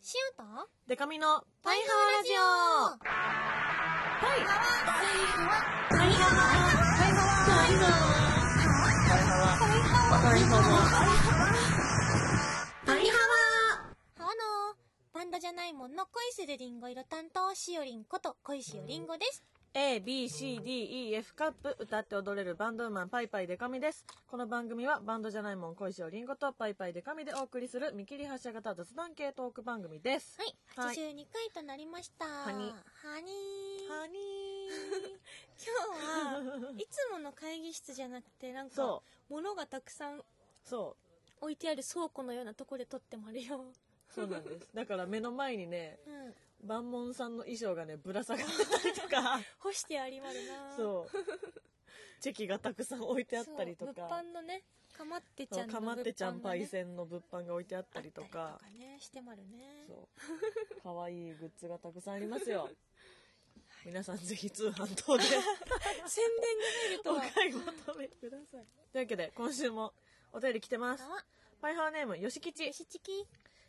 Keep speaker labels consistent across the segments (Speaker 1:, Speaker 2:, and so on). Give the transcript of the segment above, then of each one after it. Speaker 1: シュート
Speaker 2: デカミの
Speaker 1: パ
Speaker 2: パ
Speaker 1: イ
Speaker 2: イ
Speaker 1: ハ
Speaker 2: ハ
Speaker 1: ワラ
Speaker 2: ワラジ
Speaker 1: ジオパイハワパイハ
Speaker 2: オパイハ
Speaker 1: ワパイハワハワのバンドじゃないもんの恋するリンゴ色担当しおりんこと恋しおりんごです。
Speaker 2: A, B, C, D, E, F カップ歌って踊れるバンドウーマンパイパイデカミです。この番組はバンドじゃないもん恋しおりんごとパイパイデカミでお送りする見切り発車型雑談系トーク番組です。
Speaker 1: はい、
Speaker 2: はい
Speaker 1: 82回となりました。はは
Speaker 2: に
Speaker 1: にー
Speaker 2: ハニ
Speaker 1: 今日は、
Speaker 2: ー。
Speaker 1: いつもの会議室じゃなくて、なんか
Speaker 2: そ、
Speaker 1: 物がたくさん
Speaker 2: そう。
Speaker 1: 置いてある倉庫のようなとこで撮ってもあるよ。
Speaker 2: そうなんです。だから目の前にね、
Speaker 1: うん。
Speaker 2: 万門さんの衣装がね、ぶら下がってたりとか、
Speaker 1: 干してありまるな
Speaker 2: そう。チェキがたくさん置いてあったりとか。
Speaker 1: そう物販のねかまってち
Speaker 2: そ
Speaker 1: ゃ
Speaker 2: うん
Speaker 1: の
Speaker 2: かまってちゃん
Speaker 1: 物販が
Speaker 2: パ
Speaker 1: ね
Speaker 2: イセンの物販が置いてあったりと
Speaker 1: あ
Speaker 2: か
Speaker 1: ったりとかねしてまるね
Speaker 2: そうかわいいグッズがたくさんありますよ皆さんぜひ通販等 で
Speaker 1: 宣伝
Speaker 2: お
Speaker 1: が 入ると
Speaker 2: 買い求めくださいというわけで今週もお便り来てます
Speaker 1: は
Speaker 2: パイハワネームよしきち
Speaker 1: よしちき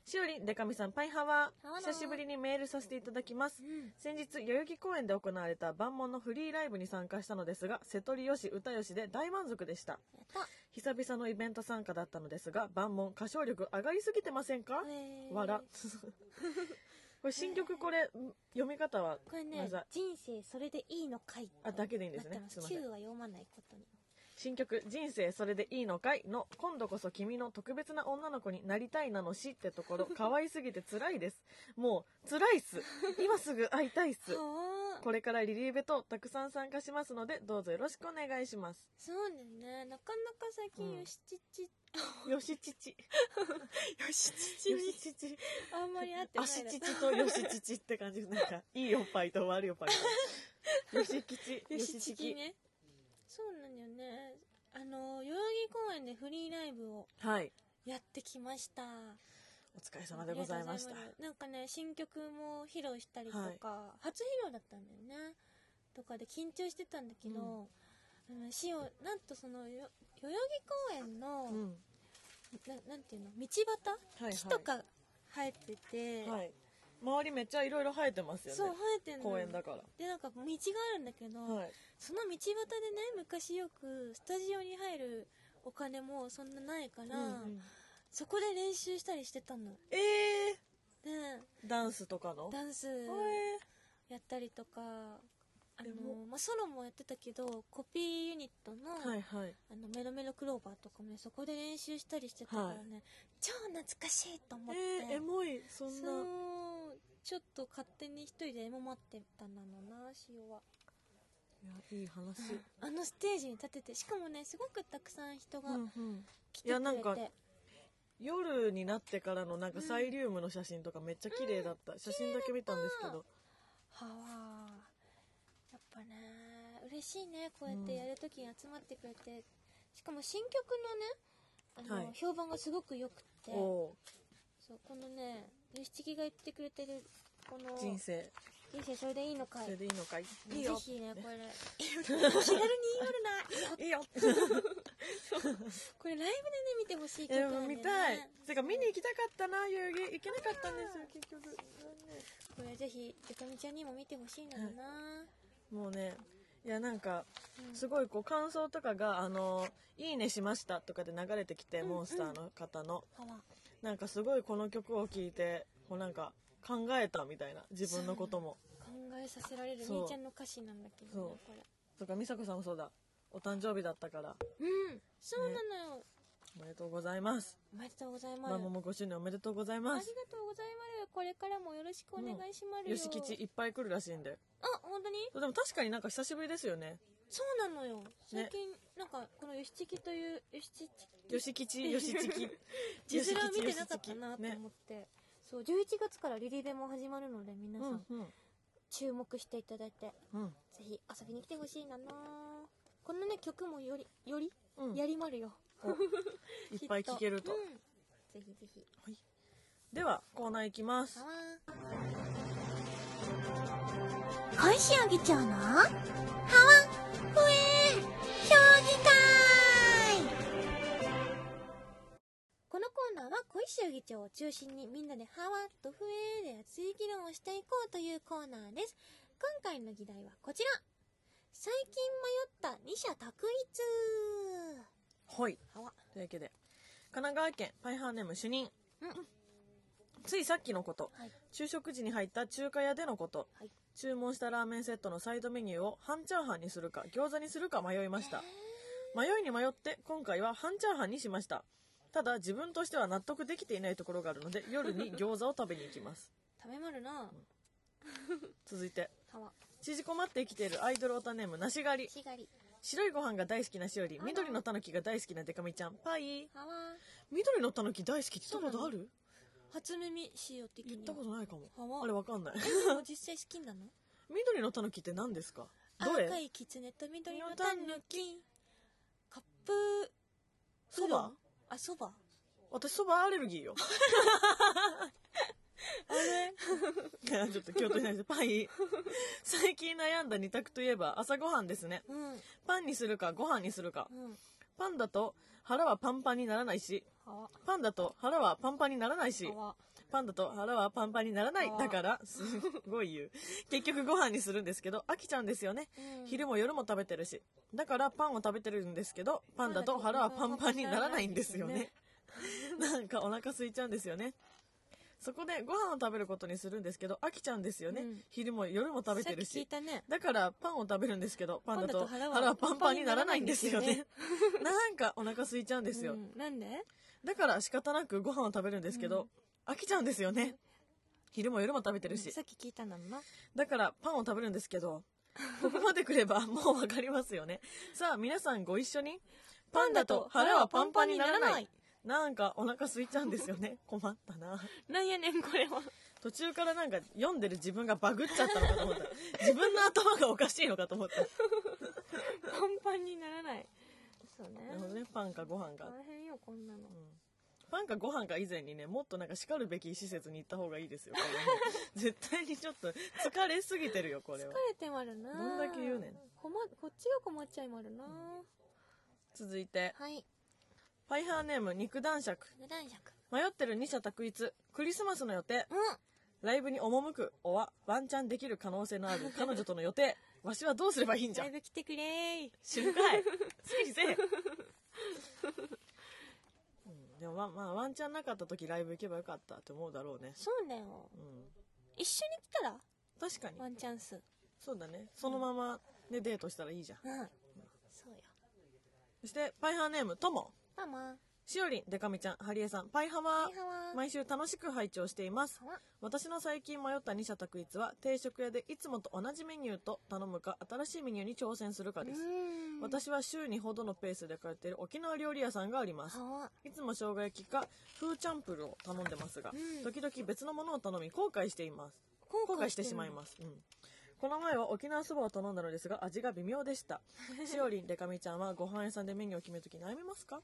Speaker 2: しおりんでかみさんパイハワ
Speaker 1: ハワだ
Speaker 2: 久しぶりにメールさせていただきます
Speaker 1: うん
Speaker 2: 先日代々木公園で行われた万門のフリーライブに参加したのですが瀬戸利よし歌よしで大満足でした
Speaker 1: やった
Speaker 2: 久々のイベント参加だったのですが万門歌唱力上がりすぎてませんか、
Speaker 1: えー
Speaker 2: わらこれ新曲これ、読み方は
Speaker 1: これ
Speaker 2: ごめん
Speaker 1: ね
Speaker 2: なさい
Speaker 1: 人生それでいいのかい
Speaker 2: あだけでいいんで
Speaker 1: な
Speaker 2: す
Speaker 1: って
Speaker 2: ね
Speaker 1: ます
Speaker 2: すいません
Speaker 1: Q は読まないことに
Speaker 2: 新曲「人生それでいいのかい」の「今度こそ君の特別な女の子になりたいなのし」ってと ころ可愛すぎて辛いですもう辛いっす今すぐ会いたい っす
Speaker 1: はあ
Speaker 2: これからリリーベとたくさん参加しますのでどうぞよろしくお願いします
Speaker 1: そうだよねなかなか最
Speaker 2: う
Speaker 1: 近
Speaker 2: ん
Speaker 1: よしちちよ
Speaker 2: よしち ちよ
Speaker 1: しち
Speaker 2: しちち
Speaker 1: あんまり合ってない
Speaker 2: あしちちとよしちちって感じなんかいいおっぱいと悪いおっぱい とよしきち
Speaker 1: よしちきねそうなんだよねあの代々木公園でフリーライブを
Speaker 2: はい
Speaker 1: やってきました。
Speaker 2: お疲れ様でございました
Speaker 1: ありがとうございますなんかね、新曲も披露したりとか、初披露だったんだよね。とかで緊張してたんだけど、うん、しお、なんとその、よ代々木公園の、
Speaker 2: うん
Speaker 1: ななんていうの、道
Speaker 2: はいはい
Speaker 1: 端木とか生えてて、
Speaker 2: はい周りめっちゃいろいろ生えてますよね
Speaker 1: そう、生えてんの。
Speaker 2: 公園だから
Speaker 1: で、なんか道があるんだけど、
Speaker 2: はい
Speaker 1: その道端でね、昔よくスタジオに入るお金もそんなないから、
Speaker 2: うんうん
Speaker 1: そこで練習したりしてたの。
Speaker 2: え
Speaker 1: で、
Speaker 2: ー、ダンスとかの
Speaker 1: ダンスやったりとか、あ
Speaker 2: でも
Speaker 1: の、まあ、ソロもやってたけど、コピーユニットの、
Speaker 2: はいはい
Speaker 1: あの、メロメロクローバーとかもね、そこで練習したりしてたからね、超懐かしいと思って。
Speaker 2: えー、エモいそんな
Speaker 1: そう、ちょっと勝手に一人でエモ待ってたんだろうな、塩は。
Speaker 2: いやいい話
Speaker 1: あのステージに立てて、しかもね、すごくたくさん人が
Speaker 2: うんうん
Speaker 1: 来てくれて。
Speaker 2: いやなんか夜になってからのなんかサイリウムの写真とかめっちゃ綺麗だった、写真だけ見たんですけど
Speaker 1: はわやっぱね嬉しいねこうやってやるときに集まってくれて、しかも新曲のねあの、
Speaker 2: はい
Speaker 1: 評判がすごく良くて
Speaker 2: お
Speaker 1: そうこのねヨシチキが言ってくれてるこの
Speaker 2: ー人生
Speaker 1: 人生それでいいのかい
Speaker 2: それでいいのかいいい
Speaker 1: ぜ
Speaker 2: よ
Speaker 1: ひねこれ気軽に言われ ない
Speaker 2: いいよ
Speaker 1: これライブでね見てほしい曲
Speaker 2: え
Speaker 1: なんだよ
Speaker 2: ー、
Speaker 1: ね
Speaker 2: 見たいてか見に行きたかったな遊戯行けなかったんですよ結局
Speaker 1: これぜひゆかみちゃんにも見てほしいのよな、
Speaker 2: もうねいやなんか
Speaker 1: うん
Speaker 2: すごいこう感想とかが「あのいいねしました」とかで流れてきて、
Speaker 1: うん
Speaker 2: モンスターの方の
Speaker 1: はわ
Speaker 2: なんかすごいこの曲を聴いてこうなんか考えたみたいな自分のことも
Speaker 1: 考えさせられる
Speaker 2: そう
Speaker 1: みーちゃんの歌詞なんだけどね
Speaker 2: そう
Speaker 1: これ
Speaker 2: とか美佐子さんもそうだお誕生日だったから
Speaker 1: うんそうなのよ、
Speaker 2: おめでとうございます
Speaker 1: おめでとうございます。
Speaker 2: ママも5周年おめでとうござい
Speaker 1: あり
Speaker 2: ま
Speaker 1: が
Speaker 2: す
Speaker 1: とうございます。これからもよろしくお願いしますよ。
Speaker 2: よしきちいっぱい来るらしいんで
Speaker 1: あ、本当に
Speaker 2: でも確かになんか久しぶりですよね
Speaker 1: そうなのよ。最近、なんか、このよしちきという、よしちき、
Speaker 2: よしき ちよしちき
Speaker 1: 字面を見てなかったなと
Speaker 2: ね
Speaker 1: 思って。そう、11月からリリーベも始まるので、皆
Speaker 2: う
Speaker 1: さん、
Speaker 2: んうん
Speaker 1: 注目していただいて、
Speaker 2: うん
Speaker 1: ぜひ遊びに来てほしいななこんなね、曲もより、より、
Speaker 2: うん
Speaker 1: やりまるよ。
Speaker 2: いっぱい聴 けると、
Speaker 1: うんぜひぜひ。
Speaker 2: ではコーナーいきます
Speaker 1: 今週議長のハワフエ評議会このコーナーは小石議長を中心にみんなでハワとフエをしていこうというコーナーです。今回の議題はこちら。最近迷った二者択一。
Speaker 2: はい
Speaker 1: はわ。
Speaker 2: というわけで神奈川県パイハーネーム主任
Speaker 1: うん。
Speaker 2: ついさっきのこと
Speaker 1: はい。
Speaker 2: 昼食時に入った中華屋でのこと
Speaker 1: はい。
Speaker 2: 注文したラーメンセットのサイドメニューを半チャーハンにするか餃子にするか迷いました迷いに迷って今回は半チャーハンにしましたただ自分としては納得できていないところがあるので夜 に餃子を食べに行きます
Speaker 1: 食べまるな。
Speaker 2: 続いて
Speaker 1: はわ。
Speaker 2: 縮こまって生きているアイドルオタネームなしがり
Speaker 1: しがり。
Speaker 2: 白いご飯が大好きなしおり緑のたぬきが大好きなデカミちゃんパイ
Speaker 1: はわ。
Speaker 2: 緑のたぬき大好きって言ったことある
Speaker 1: 初耳しよう的には。
Speaker 2: 言ったことないかも
Speaker 1: はわ。
Speaker 2: あれわかんない
Speaker 1: えでも実際好きなの
Speaker 2: 緑のたぬきって何ですか どれ
Speaker 1: 赤いキツネと緑のタヌキ。カップ、
Speaker 2: そば
Speaker 1: あ、そば
Speaker 2: 私そばアレルギーよ
Speaker 1: あれ
Speaker 2: いやちょっと気を取りないですパイ 最近悩んだ二択といえば朝ごはんですね
Speaker 1: うん。うん。
Speaker 2: パンにするかご飯にするかパンだと腹はパンパンにならないし
Speaker 1: はわ。
Speaker 2: パンだと腹はパンパンにならないし
Speaker 1: はわ。
Speaker 2: パンダと腹はパンパンにならない
Speaker 1: あー
Speaker 2: だからすごい言う結局ご飯にするんですけど飽きちゃうんですよね
Speaker 1: うん
Speaker 2: 昼も夜も食べてるしだからパンを食べてるんですけどパンダと腹はパンパンにならないんですよね なんかお腹空いちゃうんですよねそこでご飯を食べることにするんですけど飽きちゃうんですよね、
Speaker 1: うん
Speaker 2: 昼も夜も食べてる
Speaker 1: さっき聞い
Speaker 2: した
Speaker 1: ね。
Speaker 2: だからパンを食べるんですけどパンダと
Speaker 1: パンダ
Speaker 2: 腹
Speaker 1: と
Speaker 2: はパンパンにならないんですよね なんかお腹空いちゃうんですよ、
Speaker 1: うんなんで
Speaker 2: だから仕方なくご飯を食べるんですけど、飽きちゃうんですよね昼も夜も食べてるし、
Speaker 1: さっき聞いたんだもんな。
Speaker 2: だからパンを食べるんですけ どここまでくれば もうわかりますよねさあ皆さんご一緒にパンダと腹はパンパンにならないなんかお腹空いちゃうんですよね 困ったな
Speaker 1: なんやねん、これは。
Speaker 2: 途中からなんか読んでる自分がバグっちゃったのかと思った自分の頭がおかしいのかと 思った
Speaker 1: パンパンにならない。そうね。
Speaker 2: なるほどねパンかご飯か、
Speaker 1: 大変よ、こんなの
Speaker 2: うん。パンかご飯か以前にねもっとなんか叱るべき施設に行った方がいいですよこれも 絶対にちょっと疲れすぎてるよこれは
Speaker 1: 疲れてまるな。
Speaker 2: どんだけ言うねん。
Speaker 1: 困、こっちが困っちゃいまるな。
Speaker 2: 続いて
Speaker 1: はい。
Speaker 2: ファイハーネーム肉男爵
Speaker 1: 無断尺。
Speaker 2: 迷ってる二者択一クリスマスの予定
Speaker 1: うん。
Speaker 2: ライブに赴くおはワンチャンできる可能性の ある彼女との予定わしはどうすればいいんじゃ
Speaker 1: だいぶ来てくれー。
Speaker 2: 知るかい好きにせえ、 うん、でもまあまあワンチャンなかった時ライブ行けばよかったって思うだろうね
Speaker 1: そうだよ
Speaker 2: う。ん
Speaker 1: 一緒に来たら
Speaker 2: 確かに
Speaker 1: ワンチャンス。
Speaker 2: そうだねそのままねデートしたらいいじゃん
Speaker 1: うん。そうよ。
Speaker 2: そしてパイハーネームとも
Speaker 1: ママ。
Speaker 2: しおりんでかみちゃんハリエさんパイハ
Speaker 1: は
Speaker 2: ワ
Speaker 1: いはー。
Speaker 2: 毎週楽しく拝聴しています
Speaker 1: はわ
Speaker 2: 私の最近迷った二者択一は定食屋でいつもと同じメニューと頼むか新しいメニューに挑戦するかです
Speaker 1: うん。
Speaker 2: 私は週にほどのペースで通っている沖縄料理屋さんがあります
Speaker 1: はわ。
Speaker 2: いつも生姜焼きかフーチャンプルを頼んでますが
Speaker 1: うん
Speaker 2: 時々別のものを頼み後悔しています後悔してしまいます、うん、この前は沖縄そばを頼んだのですが味が微妙でしたしおりんでかみちゃんはご飯屋さんでメニューを決めるとき悩みますか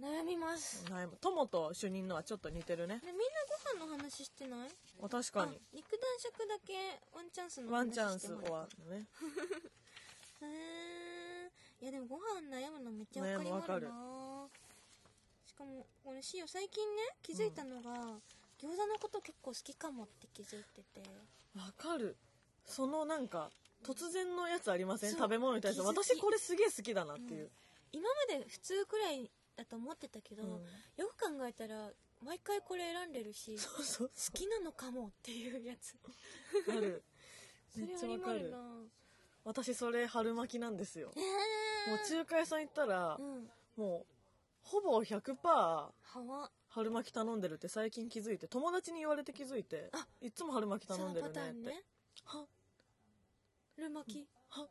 Speaker 1: 悩みます。
Speaker 2: 悩む友と主任のはちょっと似てるね
Speaker 1: みんなご飯の話してない
Speaker 2: あ確かに
Speaker 1: あ肉弾尺だけワンチャンスの
Speaker 2: ワ
Speaker 1: 話
Speaker 2: ンチャン
Speaker 1: して
Speaker 2: ス
Speaker 1: も
Speaker 2: 終
Speaker 1: ら
Speaker 2: わ
Speaker 1: っ
Speaker 2: るね
Speaker 1: たへーいやでもご飯悩むのめっちゃわかり
Speaker 2: 悩むわ
Speaker 1: ま
Speaker 2: か
Speaker 1: る
Speaker 2: る
Speaker 1: なしかも俺しよ最近ね気づいたのが、餃子のこと結構好きかもって気づいてて
Speaker 2: わかるそのなんか突然のやつありません
Speaker 1: そう
Speaker 2: 食べ物に対して
Speaker 1: 気づき
Speaker 2: 私これすげえ好きだなっていう、
Speaker 1: 今まで普通くらいだと思ってたけど、
Speaker 2: うん
Speaker 1: よく考えたら毎回これ選んでるし
Speaker 2: そうそう
Speaker 1: 好きなのかもっていうやつ
Speaker 2: ある
Speaker 1: そ
Speaker 2: め
Speaker 1: れ
Speaker 2: っちゃ
Speaker 1: あ
Speaker 2: わ
Speaker 1: り
Speaker 2: か
Speaker 1: ま
Speaker 2: る
Speaker 1: るな
Speaker 2: 私それ春巻きなんですよ
Speaker 1: え
Speaker 2: もう中華屋さん行ったら、
Speaker 1: ー、うん
Speaker 2: もうほぼ100%
Speaker 1: はわ
Speaker 2: 春巻き頼んでるって最近気づいて友達に言われて気づいて
Speaker 1: あ
Speaker 2: いつも春巻き
Speaker 1: そ
Speaker 2: 頼
Speaker 1: の
Speaker 2: んで
Speaker 1: パ
Speaker 2: る
Speaker 1: タ
Speaker 2: ね
Speaker 1: ー
Speaker 2: っ
Speaker 1: ン
Speaker 2: て
Speaker 1: ね
Speaker 2: は
Speaker 1: 春巻き
Speaker 2: は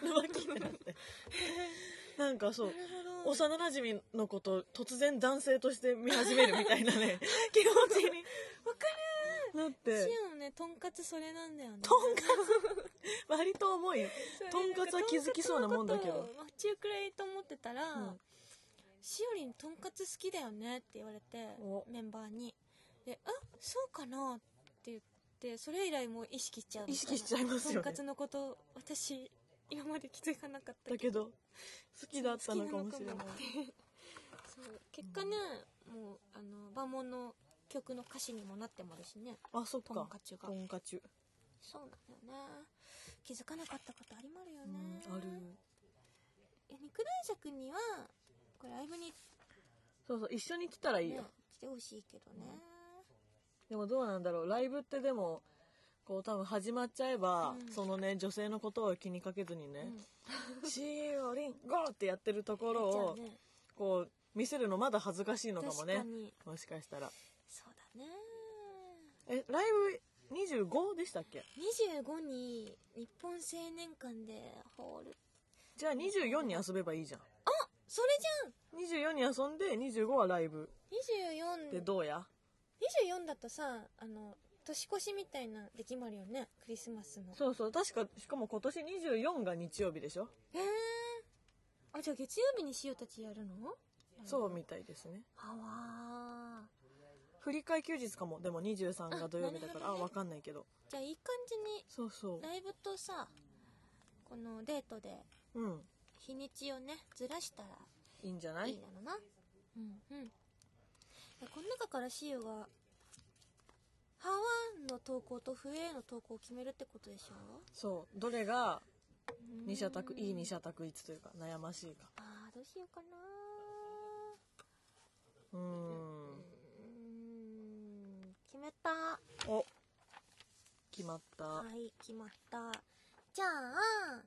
Speaker 2: 春巻きってなって なんかそう
Speaker 1: なるほど
Speaker 2: 幼馴染のことを突然男性として見始めるみたいな ね気持ちに
Speaker 1: わか
Speaker 2: なっ
Speaker 1: る
Speaker 2: て
Speaker 1: シオンねとんかつそれなんだよね
Speaker 2: とんかつ割と重い
Speaker 1: それ
Speaker 2: とんかつは気づきそうなもんだけ
Speaker 1: と
Speaker 2: ど
Speaker 1: んかつのことを中くらいと思ってたら、
Speaker 2: うん
Speaker 1: しおりんとんかつ好きだよねって言われて
Speaker 2: お
Speaker 1: メンバーにであそうかなって言ってそれ以来もう意識しちゃうみたな
Speaker 2: 意識しちゃいますよね
Speaker 1: とんかつのこと私今まで気づかなかった
Speaker 2: だけど好きだったのかもしれない
Speaker 1: 好きなのかもってそう結果ね、もうあの馬門の曲の歌詞にもなってもあるしね
Speaker 2: あそっ
Speaker 1: トン
Speaker 2: か
Speaker 1: カチュが
Speaker 2: トンカチュ、
Speaker 1: そうなんだよね気づかなかったことありまるよ
Speaker 2: う
Speaker 1: ね、
Speaker 2: ん、ある
Speaker 1: いや肉男爵にはこれライブに、ね、
Speaker 2: そうそう一緒に来たらいいよ、
Speaker 1: 来てほしいけどね、
Speaker 2: でもどうなんだろうライブってでもこう多分始まっちゃえば、
Speaker 1: うん
Speaker 2: そのね女性のことを気にかけずに
Speaker 1: う
Speaker 2: ね
Speaker 1: ん
Speaker 2: 「シーオリンゴー!」ってやってるところ
Speaker 1: じゃ
Speaker 2: を
Speaker 1: あね
Speaker 2: こう見せるのまだ恥ずかしいのかも
Speaker 1: 確か
Speaker 2: ね
Speaker 1: に
Speaker 2: もしかしたら
Speaker 1: そうだね
Speaker 2: えライブ25でしたっけ
Speaker 1: 25に日本青年館でホール
Speaker 2: じゃあ24に遊べばいいじゃん
Speaker 1: それ
Speaker 2: 24に遊んで25はライブ
Speaker 1: じゃん
Speaker 2: で
Speaker 1: 24
Speaker 2: どうや
Speaker 1: 24だとさあの年越しみたいな出来もあるよねクリスマスの
Speaker 2: そうそう確かしかも今年24が日曜日でしょ
Speaker 1: へえあじゃあ月曜日に塩たちやるの
Speaker 2: そうみたいですね
Speaker 1: あわー
Speaker 2: 振り替え休日かもでも23が土曜日だ
Speaker 1: あな
Speaker 2: から
Speaker 1: るほ
Speaker 2: あ
Speaker 1: どね
Speaker 2: わかんないけど
Speaker 1: じゃあいい感じに
Speaker 2: そうそ
Speaker 1: ライブとさこのデートで
Speaker 2: ううん
Speaker 1: 日にちをねずらした
Speaker 2: いいんじゃ
Speaker 1: ら
Speaker 2: ないい
Speaker 1: いなのなうんうんこの中からシオがハワンの投稿とフエの投稿を決めるってことでしょ
Speaker 2: そうどれが二者択いい二
Speaker 1: に
Speaker 2: 者択一というか悩ましいか
Speaker 1: ああどうしようかな
Speaker 2: うーん
Speaker 1: うーん決めた
Speaker 2: お決まった、
Speaker 1: はい決まったじゃあ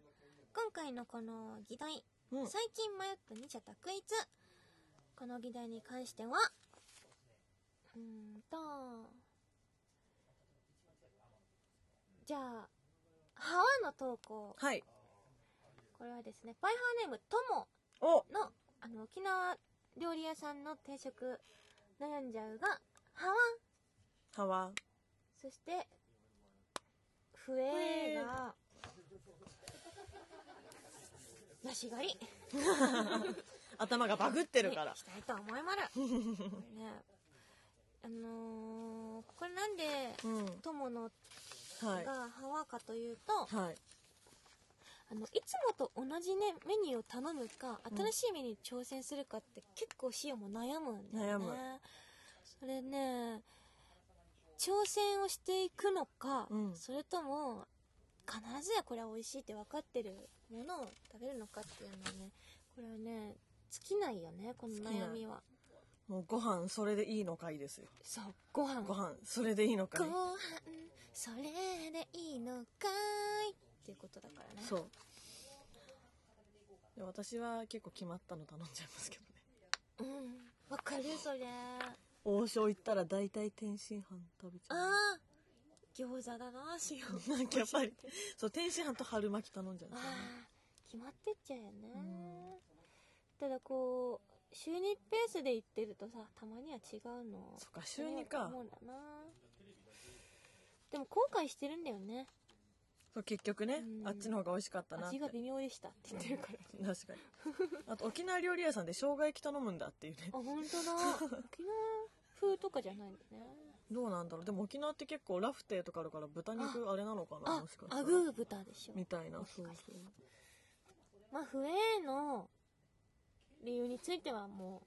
Speaker 1: 今回のこの議題
Speaker 2: うん
Speaker 1: 最近迷った二者択一この議題に関してはうーんとじゃあハワの投稿
Speaker 2: はい
Speaker 1: これはですねパイハーネームとも
Speaker 2: お
Speaker 1: のあの沖縄料理屋さんの定食悩んじゃうがハワ
Speaker 2: ハワン
Speaker 1: そして笛がなし狩り
Speaker 2: 頭がバグってる
Speaker 1: ね
Speaker 2: から
Speaker 1: し、たいと思いまるこれねあのーこれなんで
Speaker 2: うん
Speaker 1: 友の
Speaker 2: はい
Speaker 1: がハワかというと、
Speaker 2: はい
Speaker 1: あのいつもと同じねメニューを頼むか
Speaker 2: うん
Speaker 1: 新しいメニューに挑戦するかって結構塩も悩むんだよね
Speaker 2: 悩む
Speaker 1: それね挑戦をしていくのか、
Speaker 2: うん
Speaker 1: それとも必ずやこれは美味しいって分かってるものを食べるのかっていうのはねこれはね尽きないよねこの悩みは
Speaker 2: もうご飯それでいいのかいですよ
Speaker 1: そうご飯
Speaker 2: ご飯それでいいのか
Speaker 1: ご
Speaker 2: い
Speaker 1: 飯それでいいのかいっていうことだからね
Speaker 2: そうで私は結構決まったの頼んじゃいますけどね
Speaker 1: うんわかるそれ
Speaker 2: 王将行ったら大体天津飯食べち
Speaker 1: あ
Speaker 2: ゃ
Speaker 1: あ餃子だな塩
Speaker 2: うなんかやっぱりそう天津飯と春巻き頼んじゃうん
Speaker 1: あ
Speaker 2: ですよ
Speaker 1: あ決
Speaker 2: ね
Speaker 1: まってっちゃうよね
Speaker 2: うん
Speaker 1: ただこう週2ペースで行ってるとさたまには違うの
Speaker 2: そっか週2か
Speaker 1: 思うんだなでも後悔してるんだよね
Speaker 2: そう結局ね
Speaker 1: うん
Speaker 2: あっちの方が美味しかったなって
Speaker 1: 味が微妙でしたって言ってるから
Speaker 2: 確かにあと沖縄料理屋さんで生姜焼き頼むんだっていうね
Speaker 1: あ本当だ沖縄風とかじゃないんだね
Speaker 2: どうなんだろうでも沖縄って結構ラフテーとかあるから豚肉あれなのかな
Speaker 1: あ
Speaker 2: もしかしたら
Speaker 1: アグー豚でしょ
Speaker 2: みたいな
Speaker 1: もし
Speaker 2: そう
Speaker 1: かしてまあ不衛の理由についてはも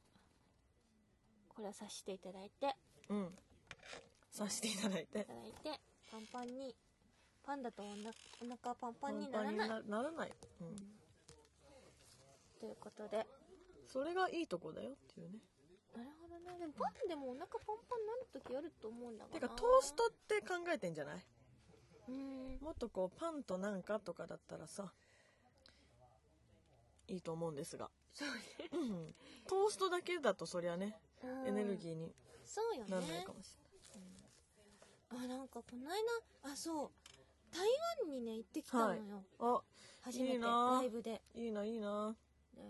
Speaker 1: うこれは察していただいて
Speaker 2: うんさしていただい
Speaker 1: い
Speaker 2: て
Speaker 1: ただいてパンパンにパンダとおなお腹パンパンにな
Speaker 2: パ
Speaker 1: ら
Speaker 2: ンパン
Speaker 1: ない
Speaker 2: なならない、うん、
Speaker 1: ということで
Speaker 2: それがいいとこだよっていうね
Speaker 1: なるほどねでもパンでもお腹パンパンになる時あると思うんだが
Speaker 2: て
Speaker 1: な
Speaker 2: かトーストって考えてんじゃないう
Speaker 1: ーん
Speaker 2: もっとこうパンとなんかとかだったらさいいと思うんですが
Speaker 1: そう
Speaker 2: うんトーストだけだとそりゃね
Speaker 1: ね
Speaker 2: エネル
Speaker 1: ー
Speaker 2: ギーに
Speaker 1: そうよ
Speaker 2: ならない
Speaker 1: ね
Speaker 2: かもし
Speaker 1: あなんかこの間あそう台湾にね行ってきたのよ、
Speaker 2: れない、
Speaker 1: 初めて
Speaker 2: いいな
Speaker 1: ライブで
Speaker 2: あいいないいな
Speaker 1: で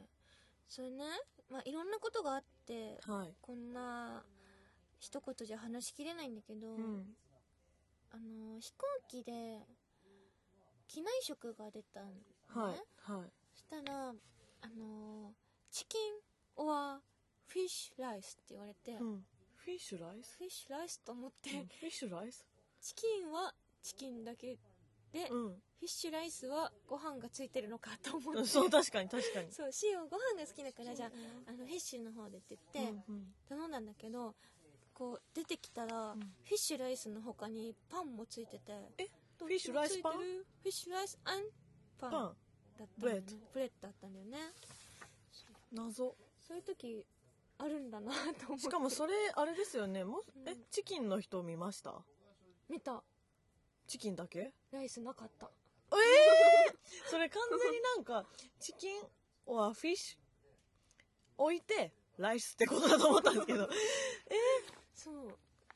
Speaker 1: それね、まあ、いろんなことがあって
Speaker 2: はい
Speaker 1: こんな一言じゃ話しきれないんだけど、
Speaker 2: うん
Speaker 1: あの飛行機で機内食が出たんだね、
Speaker 2: はいはい
Speaker 1: そしたらあのチキンオアフィッシュライスって言われて、
Speaker 2: う
Speaker 1: フ
Speaker 2: んフィッシュライス
Speaker 1: ィッシュライスと思って、
Speaker 2: うんフィッシュライス
Speaker 1: チキンはチキンだけで、フ
Speaker 2: うん
Speaker 1: ィッシュライスはご飯がついてるのかと思っ
Speaker 2: う
Speaker 1: て
Speaker 2: んそう確かに確かに
Speaker 1: そうシオご飯が好きだからじゃああのフィッシュの方でって言って、
Speaker 2: うんうん
Speaker 1: 頼んだんだけどこう出てきたら、
Speaker 2: うん
Speaker 1: フィッシュライスの他にパンもついてて
Speaker 2: え
Speaker 1: どっちも
Speaker 2: フィッシュライスパン
Speaker 1: ついてるフィッシュライスアンパン
Speaker 2: パン
Speaker 1: だったんだよね
Speaker 2: ブレッ
Speaker 1: ブレッドだったんだよね
Speaker 2: 謎
Speaker 1: そういう時あるんだなと思
Speaker 2: し
Speaker 1: って
Speaker 2: かもそれあれですよね
Speaker 1: う
Speaker 2: も
Speaker 1: ん
Speaker 2: えチキンの人見ました
Speaker 1: 見た
Speaker 2: チキンだけ
Speaker 1: ライスなかった
Speaker 2: それ完全になんかチキンはフィッシュ置いてライスってことだと思ったんですけど
Speaker 1: そう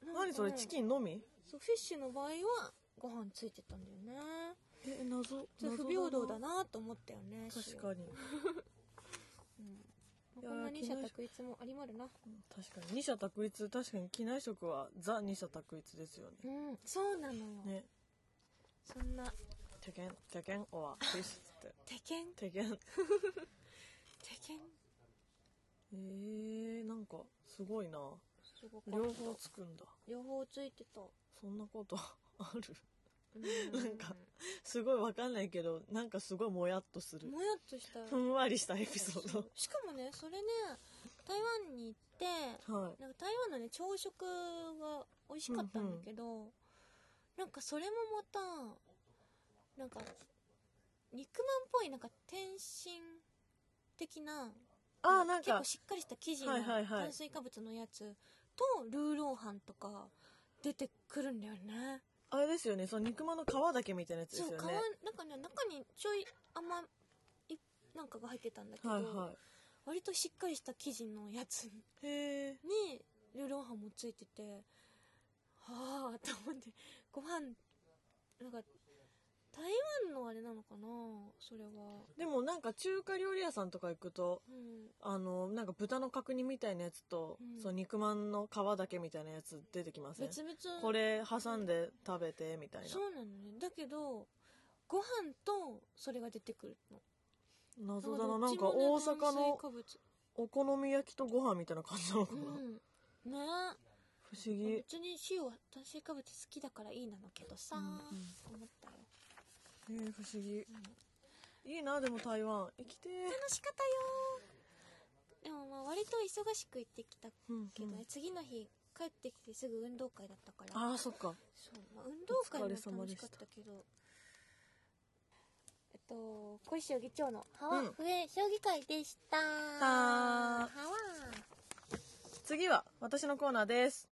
Speaker 1: なんかね
Speaker 2: 何それチキンのみ
Speaker 1: そうフィッシュの場合はご飯ついてたんだよね
Speaker 2: え謎
Speaker 1: ちょっと不平等だなと思ったよね
Speaker 2: 確
Speaker 1: に、
Speaker 2: かに
Speaker 1: うん
Speaker 2: いや
Speaker 1: こんな
Speaker 2: ー
Speaker 1: に社宅いつもありまるな
Speaker 2: 確かに二者択一確かに機内食はザ二者択一ですよ
Speaker 1: う
Speaker 2: ね
Speaker 1: んそうなのよ、
Speaker 2: ね
Speaker 1: そんな
Speaker 2: テケンテケンオアフィッシュっ
Speaker 1: 手剣
Speaker 2: てテケン
Speaker 1: 手剣
Speaker 2: えー、なんかすごいな
Speaker 1: すごかった
Speaker 2: 両方つくんだ
Speaker 1: 両方ついてた、
Speaker 2: そんなことある
Speaker 1: うん
Speaker 2: なんかすごいわかんないけどなんかすごいもやっとする
Speaker 1: もやっとした
Speaker 2: ふんわりしたエピソー
Speaker 1: しかもねそれね台湾に行って
Speaker 2: ドはい
Speaker 1: なんか台湾のね朝食が美味しかったんだけど、なんかそれもまたなんか肉まんっぽいなんか天津的な
Speaker 2: あーなん
Speaker 1: 結
Speaker 2: か
Speaker 1: 構しっかりした生地の
Speaker 2: はいはいはい
Speaker 1: 炭水化物のやつとルーローハンとか出てくるんだよね
Speaker 2: あれですよねその肉まんの皮だけみたいなやつです
Speaker 1: そう
Speaker 2: よね
Speaker 1: 皮なんかね中にちょい甘いなんかが入ってたんだけど、
Speaker 2: はいは
Speaker 1: 割としっかりした生地のやつ
Speaker 2: いへえ
Speaker 1: にルーローハンもついててはあと思ってご飯なんか台湾のあれなのかなそれは、
Speaker 2: でもなんか中華料理屋さんとか行くと
Speaker 1: うん、
Speaker 2: あのなんか豚の角煮みたいなやつと、
Speaker 1: うん
Speaker 2: その肉まんの皮だけみたいなやつ出てきません
Speaker 1: 別々
Speaker 2: これ挟んで食べてみたいな
Speaker 1: そうなのねだけどご飯とそれが出てくるの
Speaker 2: 謎だな
Speaker 1: ど
Speaker 2: な
Speaker 1: っ
Speaker 2: ん
Speaker 1: ち
Speaker 2: か
Speaker 1: もね
Speaker 2: 大阪
Speaker 1: 炭水
Speaker 2: の
Speaker 1: 化物
Speaker 2: お好み焼きとご飯みたいな感じなのかな、 不
Speaker 1: うんね
Speaker 2: 思議、
Speaker 1: 別に塩は炭水化物好きだからいいなのけどさ、
Speaker 2: うん
Speaker 1: 思ったよ、
Speaker 2: えー不思議
Speaker 1: うん
Speaker 2: いいなでも台湾行きてー
Speaker 1: 楽しかったよーでもまあ割と忙しく行ってきた
Speaker 2: うん
Speaker 1: けどね、次の日帰ってきてすぐ運動会だったから
Speaker 2: ああそっか
Speaker 1: そう、まあ、運動会も楽しかったけどえっと小石議長のハワ
Speaker 2: うん
Speaker 1: 笛将棋会でした
Speaker 2: たー
Speaker 1: ハワ
Speaker 2: 次は私のコーナーです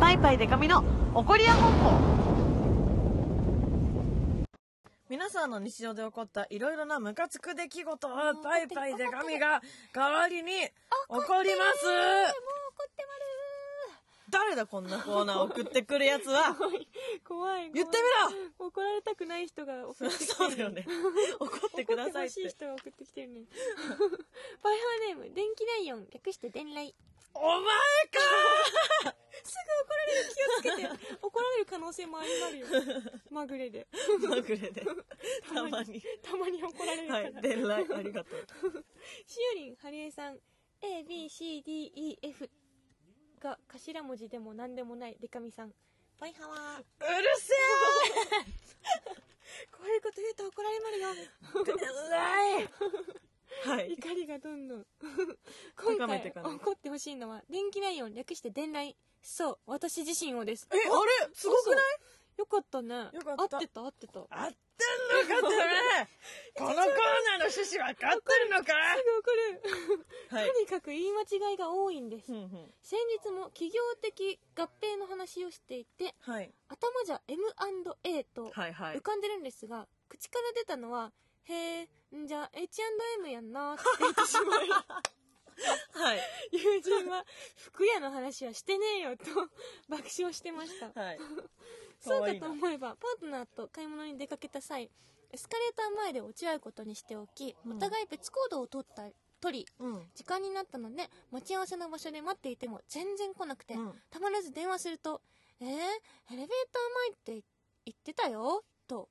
Speaker 2: パイパイデカミの怒りや本舗皆さんの日常で起こったいろいろなムカつく出来事をパイパイデカミが代わりに怒
Speaker 1: もう
Speaker 2: ります
Speaker 1: 怒って
Speaker 2: 誰だこんなコーナー送ってくるやつ は
Speaker 1: まるー怖い怖い
Speaker 2: 言って
Speaker 1: ろ怒られたくない人が送
Speaker 2: みろ そうだよね怒ってください
Speaker 1: 怒って
Speaker 2: っ
Speaker 1: ほしい
Speaker 2: て
Speaker 1: 人が送ってきてるね パイハーネーム電気ライオン略して電雷
Speaker 2: お前か
Speaker 1: すぐ 怒られる気をつけて怒られる可能性もありまるよ まぐれで
Speaker 2: まぐれで たまに
Speaker 1: たまに怒られるか
Speaker 2: は
Speaker 1: ら、
Speaker 2: い伝来ありがとう
Speaker 1: しおりんはりえさん ABCDEF が頭文字でも何でもないデカミさんバイハワー
Speaker 2: うるせ
Speaker 1: こういうこと言うと怒られまるよ
Speaker 2: えうるさいはい
Speaker 1: 怒りがどんどん
Speaker 2: 高
Speaker 1: 今
Speaker 2: め
Speaker 1: 回
Speaker 2: てかない
Speaker 1: 怒ってほしいのは電気ライオン略して電雷そう私自身をです
Speaker 2: え、あれすごくない
Speaker 1: いよかったね
Speaker 2: よかった
Speaker 1: 合ってた合ってたすぐ怒
Speaker 2: 合ってんのかてめえこのコーナーの趣旨分かってるのか
Speaker 1: る、
Speaker 2: はい。
Speaker 1: とにかく言い間違いが多いんです
Speaker 2: ふんふん
Speaker 1: 先日も企業的合併の話をしていて
Speaker 2: はい。
Speaker 1: 頭じゃ M&A と
Speaker 2: はいはい
Speaker 1: 浮。かんでるんですが、口から出たのは「へえんじゃ H&M やん な」って言ってしまい
Speaker 2: はい。
Speaker 1: 友人は「服屋の話はしてねえよ」と 爆笑してました
Speaker 2: はい。
Speaker 1: そう
Speaker 2: わ
Speaker 1: か
Speaker 2: いい
Speaker 1: と
Speaker 2: な
Speaker 1: 思えばパートナーと買い物に出かけた際エスカレーター前で落ち合うことにしておき、
Speaker 2: うん
Speaker 1: お互い別行動を取った取り
Speaker 2: うん。
Speaker 1: 時間になったので待ち合わせの場所で待っていても全然来なくて、
Speaker 2: うん
Speaker 1: たまらず電話すると「えー、エレベーター前って言ってたよ」と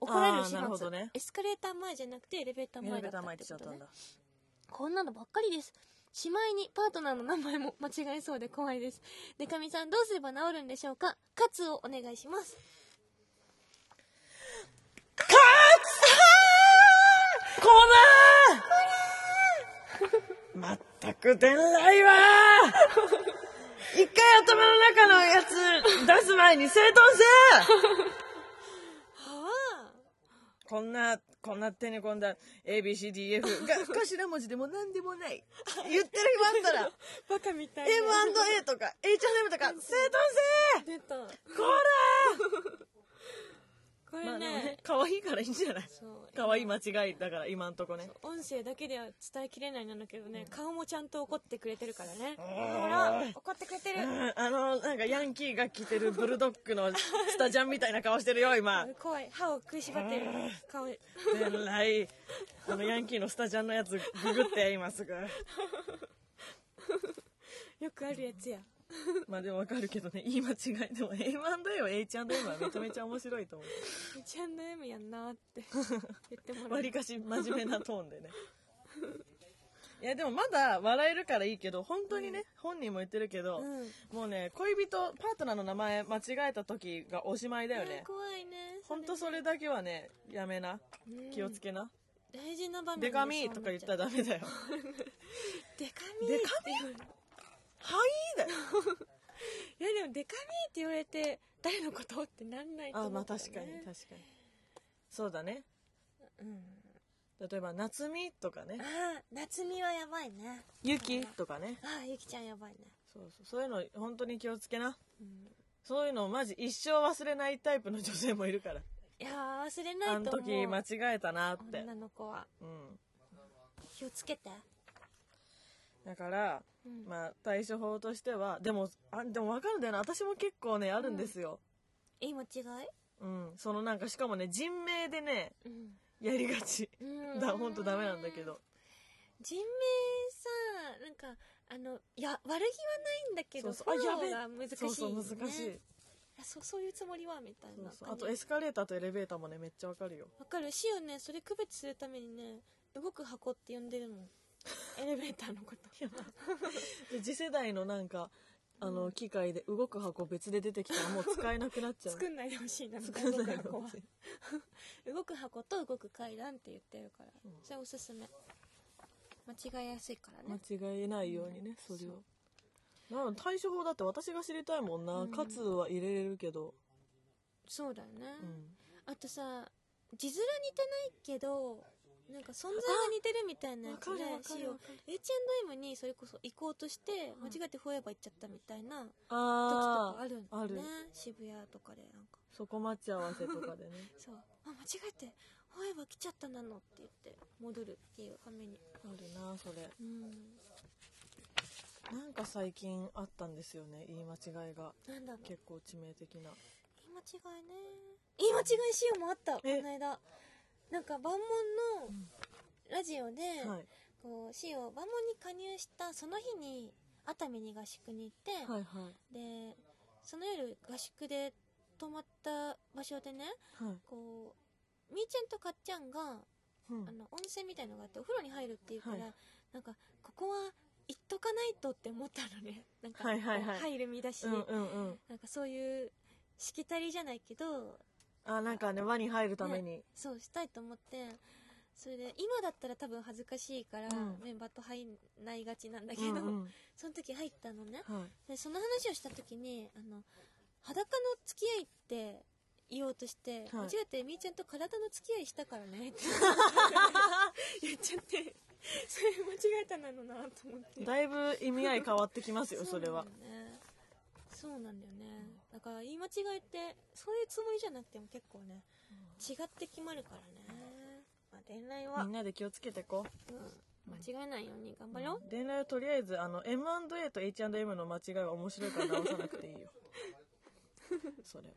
Speaker 1: 怒られる始
Speaker 2: あーなるほ
Speaker 1: 末、
Speaker 2: どね
Speaker 1: エスカレーター前じゃなくてエレベーター
Speaker 2: メー
Speaker 1: 前
Speaker 2: ル
Speaker 1: だ
Speaker 2: ベ
Speaker 1: っ
Speaker 2: タ
Speaker 1: たって
Speaker 2: 巻いてちゃ
Speaker 1: こ
Speaker 2: った
Speaker 1: と
Speaker 2: ん
Speaker 1: ね
Speaker 2: だ。
Speaker 1: こんなのばっかりですしまいにパートナーの名前も間違えそうで怖いですでかみさんどうすれば治るんでしょうかカツをお願いします
Speaker 2: カツコーナーまったく出ない わー一回頭の中のやつ出す前に整頓せー
Speaker 1: はあ
Speaker 2: こんな、こんな手に込んだ ABCDF が頭文字でも何でもない。言ってる暇あったら、
Speaker 1: バカみたいな
Speaker 2: M&A とか H&M とか整頓せー
Speaker 1: 出た
Speaker 2: こ
Speaker 1: こ
Speaker 2: れ
Speaker 1: れね,、
Speaker 2: 可愛いからいいんじゃない
Speaker 1: そう
Speaker 2: 可愛い間違いだから今んとこね。
Speaker 1: 音声だけでは伝えきれないなんだけどね、顔もちゃんと怒ってくれてるからね
Speaker 2: ー
Speaker 1: ほら怒ってくれて
Speaker 2: う
Speaker 1: る
Speaker 2: んあの、なんかヤンキーが着てるブルドッグのスタジャンみたいな顔してるよ、今。
Speaker 1: 怖い歯を食いしばってる顔
Speaker 2: 全来あのヤンキーのスタジャンのやつググって今すぐ
Speaker 1: よくあるやつや
Speaker 2: まあでもわかるけどね言い間違いでも M&A は H&M はめちゃめちゃ面白いと思う
Speaker 1: ちゃんの M やんなーって 言ってもら
Speaker 2: わ
Speaker 1: う
Speaker 2: りかし真面目なトーンでねいやでもまだ笑えるからいいけど本当にね、本人も言ってるけど、
Speaker 1: うん
Speaker 2: もうね恋人パートナーの名前間違えた時がおしまいだよね
Speaker 1: あー怖いねそ
Speaker 2: 本
Speaker 1: れ
Speaker 2: 当それだけはねやめな
Speaker 1: うん
Speaker 2: 気をつけな、
Speaker 1: 大事な場面
Speaker 2: でかみとか言ったら
Speaker 1: ら
Speaker 2: ダメだ よ
Speaker 1: でかみ
Speaker 2: で
Speaker 1: で
Speaker 2: か
Speaker 1: か
Speaker 2: はいだよ
Speaker 1: みいやでもでかみって言われて誰のことってなんないと
Speaker 2: あ
Speaker 1: 思う、
Speaker 2: まあ確かに確かにそうだね
Speaker 1: に、うん、
Speaker 2: 例えば夏美とかね
Speaker 1: ああ夏美はやばいね
Speaker 2: ゆきとかね
Speaker 1: ああゆきちゃんやばいね、
Speaker 2: そうそうそういうの本当に気をつけな
Speaker 1: うん、
Speaker 2: そういうのマジ一生忘れないタイプの女性もいるから
Speaker 1: いやー忘れないと
Speaker 2: あ
Speaker 1: 思う
Speaker 2: の時間違えたなって
Speaker 1: 女の子は
Speaker 2: うん
Speaker 1: 気をつけて、
Speaker 2: だから
Speaker 1: うん
Speaker 2: まあ対処法としてはでもあでも分かるんだよな私も結構ねあるんですよ
Speaker 1: いい間違い
Speaker 2: うん、そのなんかしかもね人名でね
Speaker 1: うん
Speaker 2: やりがち
Speaker 1: うん
Speaker 2: だ本当ダメなんだけど
Speaker 1: 人名さなんかあのいや悪気はないんだけど
Speaker 2: そうそうあ
Speaker 1: フォローが
Speaker 2: や
Speaker 1: 難しい、ね、
Speaker 2: そうそう難しい
Speaker 1: いやそうそういうつもりはみたい
Speaker 2: そう
Speaker 1: な
Speaker 2: そうあと
Speaker 1: 感じ
Speaker 2: エスカレーターとエレベーターもねめっちゃ分 かるよ
Speaker 1: わかるしよねそれ区別するためにね動く箱って呼んで るもんエレベーターのこと
Speaker 2: で次世代のなんかあの機械で動く箱別で出てきたらもう使えなくなっ ちゃう
Speaker 1: 作んないでほしいなみたいな
Speaker 2: 作
Speaker 1: 動く
Speaker 2: んない
Speaker 1: 箱
Speaker 2: の
Speaker 1: は動く箱と動く階段って言ってるから、それおすすめ間違えやすいからね
Speaker 2: 間違えないようにねそれをなんか対処法だって私が知りたいもんな、
Speaker 1: うん
Speaker 2: カツは入れれるけど、
Speaker 1: そうだよね、
Speaker 2: うん、
Speaker 1: あとさ字面似てないけどなんか存在が似てるみたいなやつで
Speaker 2: わかるわか
Speaker 1: し
Speaker 2: る
Speaker 1: よ
Speaker 2: わ
Speaker 1: う
Speaker 2: かる
Speaker 1: H&M にそれこそ行こうとして間違ってフォーエバー行っちゃったみたいな時と
Speaker 2: あ
Speaker 1: か
Speaker 2: ー
Speaker 1: あるんだ
Speaker 2: あ
Speaker 1: よ
Speaker 2: る
Speaker 1: ね渋谷とかでなんか
Speaker 2: そこ待ち合わせとかでね
Speaker 1: そうあ間違えてフォーエバー来ちゃったなのって言って戻るっていうために
Speaker 2: あるなそれ
Speaker 1: うん
Speaker 2: なんか最近あったんですよね言い間違いが
Speaker 1: なんだろう言
Speaker 2: 結構致命的ない
Speaker 1: 間違いね言い間違いしようもあったこ
Speaker 2: え
Speaker 1: の間なんか万門のラジオで、
Speaker 2: はい
Speaker 1: こうシオバモに加入したその日に熱海に合宿に行って、
Speaker 2: はいはい
Speaker 1: でその夜合宿で泊まった場所でね
Speaker 2: はい、
Speaker 1: こうみーちゃんとかっちゃんが、
Speaker 2: うん
Speaker 1: あの温泉みたいのがあってお風呂に入るっていうから、
Speaker 2: はい
Speaker 1: なんかここは行っとかないとって思ったのね なんか、
Speaker 2: はいはいは
Speaker 1: こ
Speaker 2: い
Speaker 1: う入る身だし、
Speaker 2: うんうんうん
Speaker 1: なんかそういうしきたりじゃないけど
Speaker 2: あなんかね輪に入るために、
Speaker 1: そうしたいと思ってそれで今だったら多分恥ずかしいから、
Speaker 2: うん
Speaker 1: メンバーと入んないがちなんだけ
Speaker 2: う
Speaker 1: ど、
Speaker 2: んうん
Speaker 1: その時入ったのね
Speaker 2: はい、
Speaker 1: でその話をした時にあの裸の付き合いって言おうとして、
Speaker 2: はい
Speaker 1: 間違ってみーちゃんと体の付き合いしたからね って言っちゃってそれ間違えたなのなと思って
Speaker 2: だいぶ意味合い変わってきますよそれは
Speaker 1: そうなんだよねそうなんだよねだから言い間違いってそういうつもりじゃなくても結構ね違って決まるからね、まあ、恋愛は、
Speaker 2: みんなで気をつけてこう
Speaker 1: うん間違えないように頑張ろう、
Speaker 2: 恋愛はとりあえずあの M&A と H&M の間違いは面白いから直さな くていいよそれは、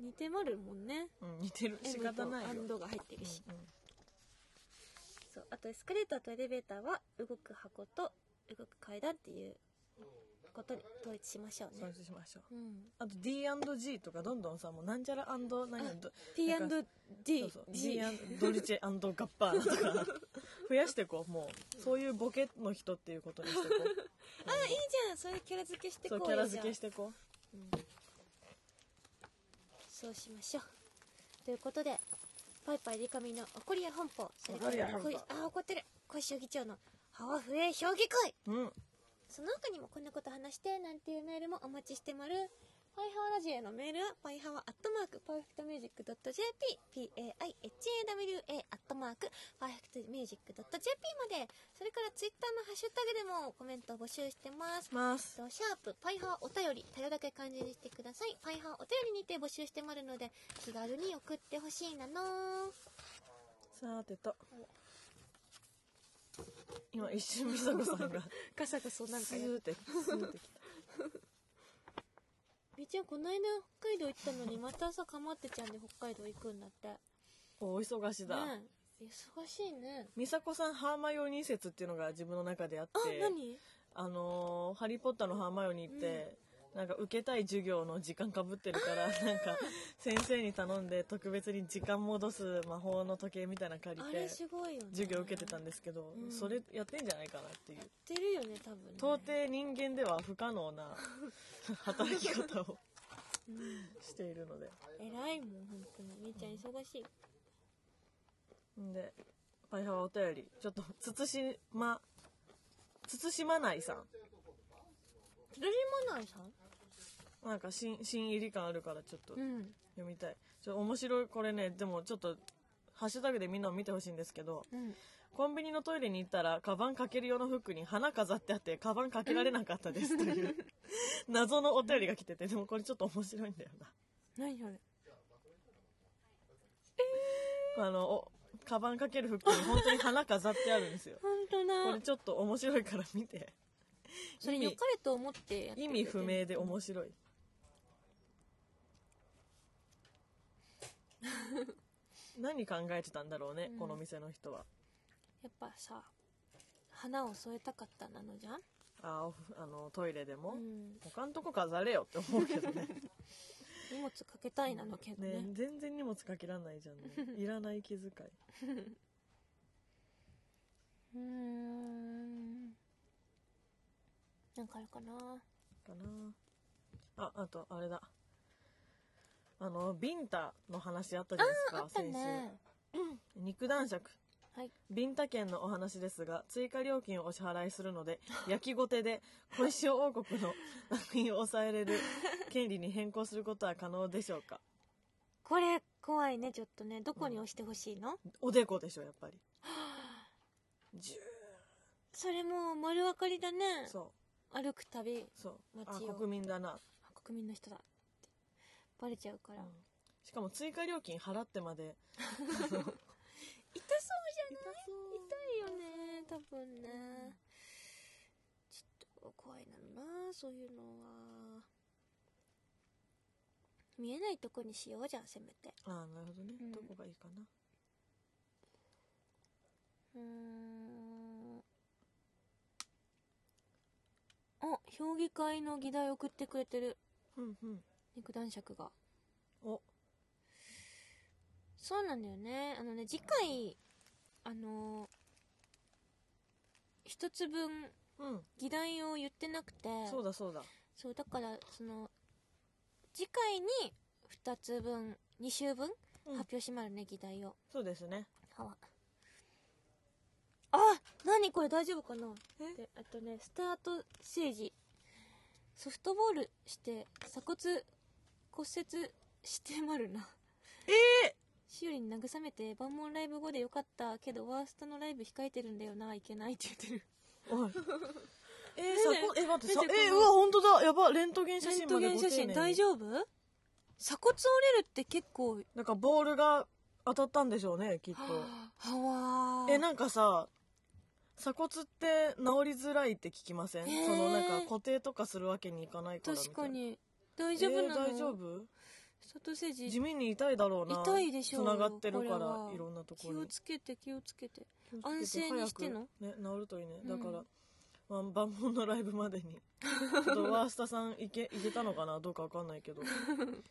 Speaker 1: 似てまるもんね
Speaker 2: うん、似てる仕方ないよ
Speaker 1: M とアンドが入ってるし、
Speaker 2: うんうん
Speaker 1: そうあとエスカレーターとエレベーターは動く箱と動く階段っていうことに統一しましょう
Speaker 2: そう
Speaker 1: ね、
Speaker 2: しましょう
Speaker 1: うん、
Speaker 2: あと D&G とかどんどんさもうなんちゃら何どなんか
Speaker 1: P&D
Speaker 2: そうそう D& ドルチェガッ パーナとか増やしてこうもうそういうボケの人っていうことにして こう
Speaker 1: あいいじゃんそういうキャラ付けしてこ
Speaker 2: そうう
Speaker 1: よ
Speaker 2: キャラ付けし
Speaker 1: じゃ
Speaker 2: てこう
Speaker 1: あそうしましょうということでパイパイリカミの怒りや本舗それから
Speaker 2: 怒りや本舗
Speaker 1: こいあ怒ってる小石議長のハワフエ評議会
Speaker 2: うん。
Speaker 1: その他にもこんなこと話してなんていうメールもお待ちしてまる。パイハワラジオへのメールは、パイハワアットマーク、パーフェクトミュージック .jp、p-a-i-h-a-w-a アットマーク、パーフェクトミュージック .jp まで、それからツイッターのハッシュタグでもコメントを募集してます。
Speaker 2: ます。
Speaker 1: とシャープ、パイハワお便り、ただだけ漢字にしてください。パイハワお便りにて募集してまるので、気軽に送ってほしいなの
Speaker 2: さてと。今一瞬美佐子さんが
Speaker 1: ガサガサ
Speaker 2: なんかスーってスーってきた
Speaker 1: みーちゃんこの間北海道行ったのにまたさかまってちゃんで北海道行くんだってね
Speaker 2: お忙しだ、
Speaker 1: え忙しいね
Speaker 2: 美佐子さんハーマイオニー説っていうのが自分の中であって
Speaker 1: あ何
Speaker 2: あのーハリー・ポッター」のハーマイオニーって、なんか受けたい授業の時間かぶって るからなんか先生に頼んで特別に時間戻す魔法の時計みたいなの借り
Speaker 1: あ
Speaker 2: て
Speaker 1: れすごいよね
Speaker 2: 授業受けてたんですけど、
Speaker 1: うん
Speaker 2: それやってんじゃないかなっていう
Speaker 1: 知ってるよね多分ね
Speaker 2: 到底人間では不可 能な働き方を
Speaker 1: うん
Speaker 2: しているので
Speaker 1: 偉いもん本当にみーちゃん忙しい
Speaker 2: んでパイハワお便りちょっと慎ま慎まないさん
Speaker 1: 鶴まないさん
Speaker 2: なんか新新入り感あるからちょっと
Speaker 1: うん
Speaker 2: 読みたいちょ面白いこれねでもちょっとハッシュタグでみんなも見てほしいんですけど
Speaker 1: うん
Speaker 2: コンビニのトイレに行ったらカバンかける用のフックに花飾ってあってカバンかけられなかったです という謎のお便りが来ててでもこれちょっと面白いんだよ
Speaker 1: 何それ
Speaker 2: なあのおカバンかけるフックに本当に花飾ってあるんですよ
Speaker 1: 本当
Speaker 2: こ
Speaker 1: だ
Speaker 2: れちょっと面白いから見て
Speaker 1: それ良かれと思ってやって
Speaker 2: 意
Speaker 1: くれて
Speaker 2: 味
Speaker 1: る
Speaker 2: 不明で 面白い何考えてたんだろうね、
Speaker 1: うん
Speaker 2: この店の人は
Speaker 1: やっぱさ花を添えたかったなのじゃん
Speaker 2: あおあのトイレでも、
Speaker 1: うん
Speaker 2: 他のとこ飾れよって思うけ どね
Speaker 1: 荷物かけたいなのけど
Speaker 2: ね
Speaker 1: ね
Speaker 2: 全然荷物かけらんないじゃんね いらない気遣い
Speaker 1: ー
Speaker 2: う
Speaker 1: んなんかあるかな
Speaker 2: かなああとあれだあのビンタの話あったじゃないですか
Speaker 1: あったね
Speaker 2: 先週肉男爵
Speaker 1: はい
Speaker 2: ビンタ券のお話ですが追加料金をお支払いするので焼きごてで小石王国の作品を抑えれ る権利に変更することは可能でしょうか
Speaker 1: これ怖いねちょっとねどこに押してほしいの、
Speaker 2: おでこでしょやっぱりジ
Speaker 1: それもう丸分かりだね
Speaker 2: ューそ
Speaker 1: 歩くたび
Speaker 2: うそうあ
Speaker 1: 街を
Speaker 2: 国民だな、
Speaker 1: あ国民の人だってバレちゃうから、
Speaker 2: うんしかも追加料金払ってまで
Speaker 1: 痛そうじゃない痛いよね多分ね、ちょっと怖いなのなそういうのは見えないとこにしようじゃんせめて
Speaker 2: ああなるほどね、
Speaker 1: うん
Speaker 2: どこがいいかな
Speaker 1: うーんあ評議会の議題送ってくれてる
Speaker 2: うんうん
Speaker 1: 肉男爵が
Speaker 2: お
Speaker 1: そうなんだよねあのね次回あの一つ分
Speaker 2: うん
Speaker 1: 議題を言ってなくて
Speaker 2: そうだそうだ
Speaker 1: そうだからその次回に2つ分2週分、
Speaker 2: うん
Speaker 1: 発表しまるね議題を
Speaker 2: そうですね
Speaker 1: あわあ何これ大丈夫かな
Speaker 2: え
Speaker 1: であとねスタートステージソフトボールして鎖骨骨折してまるな
Speaker 2: え
Speaker 1: しおりに慰めて万問ライブ後でよかったけどワーストのライブ控えてるんだよないけないって言ってる
Speaker 2: ー、おいえー、さこえ待ってさ
Speaker 1: 見て
Speaker 2: えー、
Speaker 1: この
Speaker 2: うわ本当だやばレントゲン写
Speaker 1: レン
Speaker 2: 真
Speaker 1: ト
Speaker 2: まで
Speaker 1: ゲン
Speaker 2: ご
Speaker 1: 写
Speaker 2: 丁寧
Speaker 1: 真
Speaker 2: に
Speaker 1: 大丈夫鎖骨折れるって結構
Speaker 2: なんかボールが当たったんでしょうねきっと
Speaker 1: はあはわー
Speaker 2: えなんかさ鎖骨って治りづらいって聞きません、
Speaker 1: へー
Speaker 2: そのなんか固定とかするわけにいかないからみたい
Speaker 1: 確か
Speaker 2: な
Speaker 1: に大丈夫なの、
Speaker 2: えー大丈夫
Speaker 1: 外セ
Speaker 2: 地味に痛いだろうな
Speaker 1: 痛いでしょう
Speaker 2: つながってるか
Speaker 1: これは
Speaker 2: らいろんなとこ
Speaker 1: 気
Speaker 2: ろ
Speaker 1: を
Speaker 2: に
Speaker 1: つけて気をつけて
Speaker 2: 気をつけて
Speaker 1: 安静にしてんの
Speaker 2: 早くね治るといいねだか
Speaker 1: う
Speaker 2: ら、まあ、万本のライブまで にちょっとワースタさん行け行けたのかなどうかわかんな いけど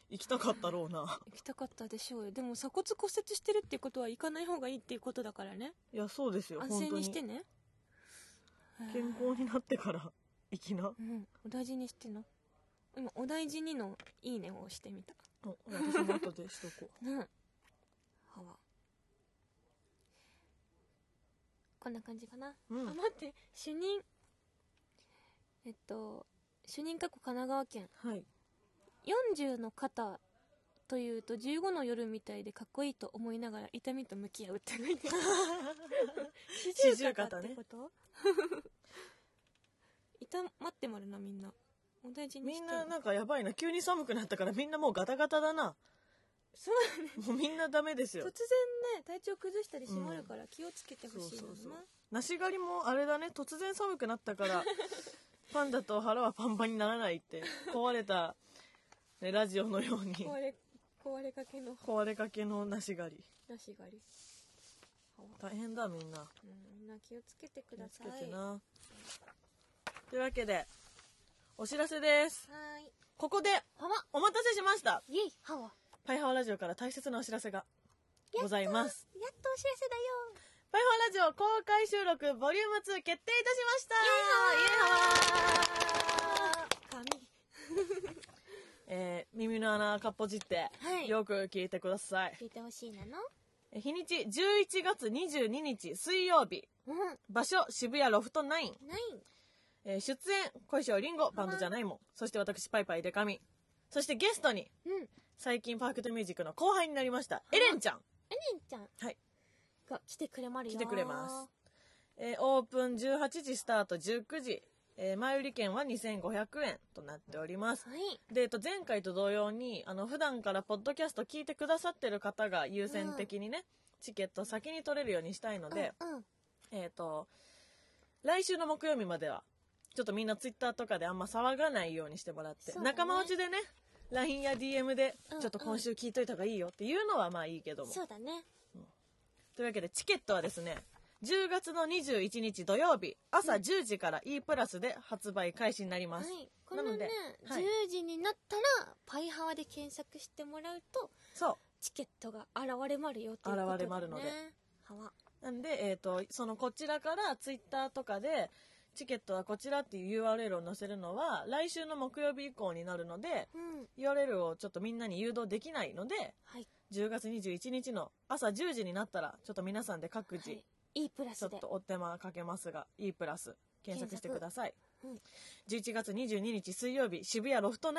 Speaker 2: 行きたかったろうな
Speaker 1: 行きたかったでしょうよでも鎖骨骨折してるってことは行かない方がいいっていうことだからね
Speaker 2: いやそうですよ
Speaker 1: 安
Speaker 2: 本
Speaker 1: 静
Speaker 2: 当
Speaker 1: に
Speaker 2: に
Speaker 1: してね
Speaker 2: 健康になってから行きな
Speaker 1: うんお大事にしてな今お大事にのいいねを押してみた
Speaker 2: お私も後でしとこう
Speaker 1: ねはわこんな感じかな、
Speaker 2: うん
Speaker 1: あ待って主任えっと主任過去神奈川県
Speaker 2: はい
Speaker 1: 40の肩というと15の夜みたいでかっこいいと思いながら痛みと向き合うって書いてある四十肩ってこと 痛まってまるなみんなお大事に
Speaker 2: み
Speaker 1: して
Speaker 2: んななんかやばいな急に寒くなったからみんなもうガタガタだな
Speaker 1: そう
Speaker 2: もうみんなダメです
Speaker 1: 突然
Speaker 2: よ
Speaker 1: ね体調崩したりしまるから気をつけてほしいよ
Speaker 2: そうそうそう
Speaker 1: な
Speaker 2: 梨狩りもあれだね突然寒くなったから パンダと腹はパンパンにならないって壊れた、ね、ラジオのように
Speaker 1: 壊れ壊れかけの
Speaker 2: 壊れかけの梨狩り
Speaker 1: 梨狩りあ
Speaker 2: 大変だみんな
Speaker 1: うんみんな気をつけてく
Speaker 2: 気
Speaker 1: だ
Speaker 2: をつ
Speaker 1: さ
Speaker 2: けて
Speaker 1: いは
Speaker 2: なというわけでお知らせです
Speaker 1: ーい
Speaker 2: ここで
Speaker 1: はわ
Speaker 2: お待たせしました
Speaker 1: イエイはわ
Speaker 2: パイハワラジオから大切なお知らせがございます
Speaker 1: やっとお知らせだよ
Speaker 2: パイハワラジオ公開収録ボリューム2決定いたしました
Speaker 1: 髪
Speaker 2: えー耳の穴かっぽじって
Speaker 1: はい
Speaker 2: よく聞いてください、
Speaker 1: 聞いてほしいなの
Speaker 2: え日にち11月22日水曜日
Speaker 1: うん
Speaker 2: 場所渋谷ロフト9、
Speaker 1: ない
Speaker 2: えー出演小石りんごバンドじゃないもんそして私パイパイデカミそしてゲストに
Speaker 1: うんエ
Speaker 2: 最近パークトミュージックの後輩になりましたエレンちゃん、
Speaker 1: レンちゃん
Speaker 2: はい
Speaker 1: が来てくれまるよ
Speaker 2: 来てくれますえーオープン18時スタート19時、えー前売り券は2500円となっております
Speaker 1: はい
Speaker 2: で、えっと、前回と同様にあの普段からポッドキャスト聞いてくださってる方が優先的にね、チケット先に取れるようにしたいので、
Speaker 1: うんうん
Speaker 2: えっ、と来週の木曜日まではちょっとみんなツイッターとかであんま騒がないようにしてもらっ
Speaker 1: そ
Speaker 2: て、
Speaker 1: うだね
Speaker 2: 仲間内でね LINE や DM で
Speaker 1: うん
Speaker 2: ちょっと今週聞いといた方がいいよっていうのはまあいいけども、
Speaker 1: そうだね
Speaker 2: というわけでチケットはですね10月の21日土曜日朝10時から E プラスで発売開始になり
Speaker 1: は
Speaker 2: ます、
Speaker 1: いこの
Speaker 2: なの
Speaker 1: ね
Speaker 2: ではい
Speaker 1: 10時になったらパイハワで検索してもらうと
Speaker 2: そ
Speaker 1: チケットが現れまるよということでね
Speaker 2: 現れまるので
Speaker 1: はわ
Speaker 2: うなんで、えー、とそのこちらからツイッターとかでチケットはこちらっていう URL を載せるのは来週の木曜日以降になるので
Speaker 1: うん
Speaker 2: URL をちょっとみんなに誘導できないので
Speaker 1: はい
Speaker 2: 10月21日の朝10時になったらちょっと皆さんで各自、
Speaker 1: はいいいプラ
Speaker 2: ち
Speaker 1: ス
Speaker 2: ょっ
Speaker 1: で
Speaker 2: とお手間かけますが E プラス検索してください、
Speaker 1: 検
Speaker 2: 11月22日水曜日渋谷ロフト9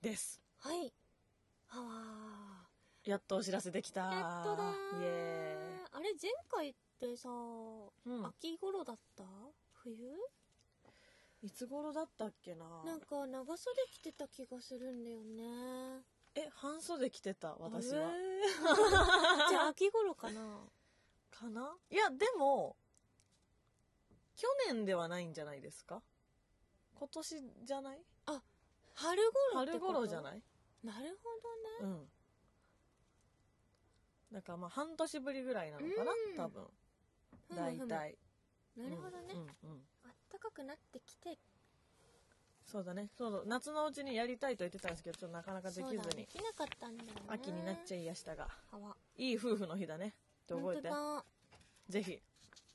Speaker 2: です
Speaker 1: はいはわ
Speaker 2: やっとお知らせできた
Speaker 1: やっとだー
Speaker 2: イエ
Speaker 1: あれ前回ってさ
Speaker 2: ーイ、うん
Speaker 1: 秋頃だった冬
Speaker 2: いつ頃だったっけな
Speaker 1: なんか長袖着てた気がするんだよね
Speaker 2: え半袖着てた私は
Speaker 1: あ れじゃあ秋頃かな
Speaker 2: かないやでも去年ではないんじゃないですか今年じゃない
Speaker 1: 春頃って
Speaker 2: 春
Speaker 1: こと
Speaker 2: 頃じゃない
Speaker 1: なるほどね
Speaker 2: うん。だからまあ半年ぶりぐらいなのかな、
Speaker 1: うん
Speaker 2: 多分。
Speaker 1: ふむ
Speaker 2: 大
Speaker 1: ふむ
Speaker 2: 体。
Speaker 1: なるほどね、
Speaker 2: うんうんうん
Speaker 1: あったかくなってきて
Speaker 2: そうだね。そうそう夏のうちにやりたいと言ってたんですけど、ちょっとなかなかできず
Speaker 1: そうだで
Speaker 2: に
Speaker 1: き。なかったんだよね
Speaker 2: 秋になっちゃいやしたが。
Speaker 1: ゃはわ
Speaker 2: いい夫婦の日だね。って覚えて。
Speaker 1: 本
Speaker 2: ぜひ、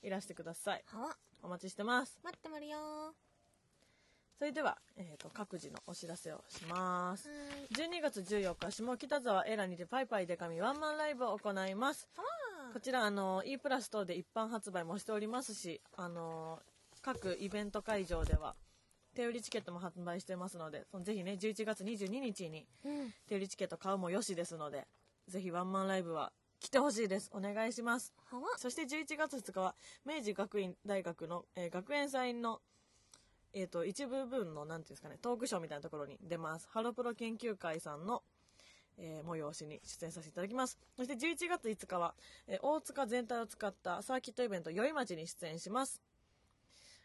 Speaker 2: いらしてください。
Speaker 1: 当だはわ
Speaker 2: お待ちしてます。
Speaker 1: 待ってまるよーは
Speaker 2: それでは、えっ、と、各自のお知らせをします。
Speaker 1: ーい
Speaker 2: 12月14日、下北沢エラにてパイパイデカミワンマンライブを行います。
Speaker 1: は
Speaker 2: こちらあの E プラス等で一般発売もしておりますしあの各イベント会場では手売りチケットも発売してますのでそのぜひね11月22日に
Speaker 1: うん
Speaker 2: 手売りチケット買うもよしですのでぜひワンマンライブは来てほしいですお願いします
Speaker 1: はわ
Speaker 2: そして11月2日は明治学院大学の、えー学園祭の、えー、と一部分のなんていうんですかねトークショーみたいなところに出ますハロプロ研究会さんの、えー催しに出演させていただきますそして11月5日は、えー大塚全体を使ったサーキットイベント「宵町」に出演します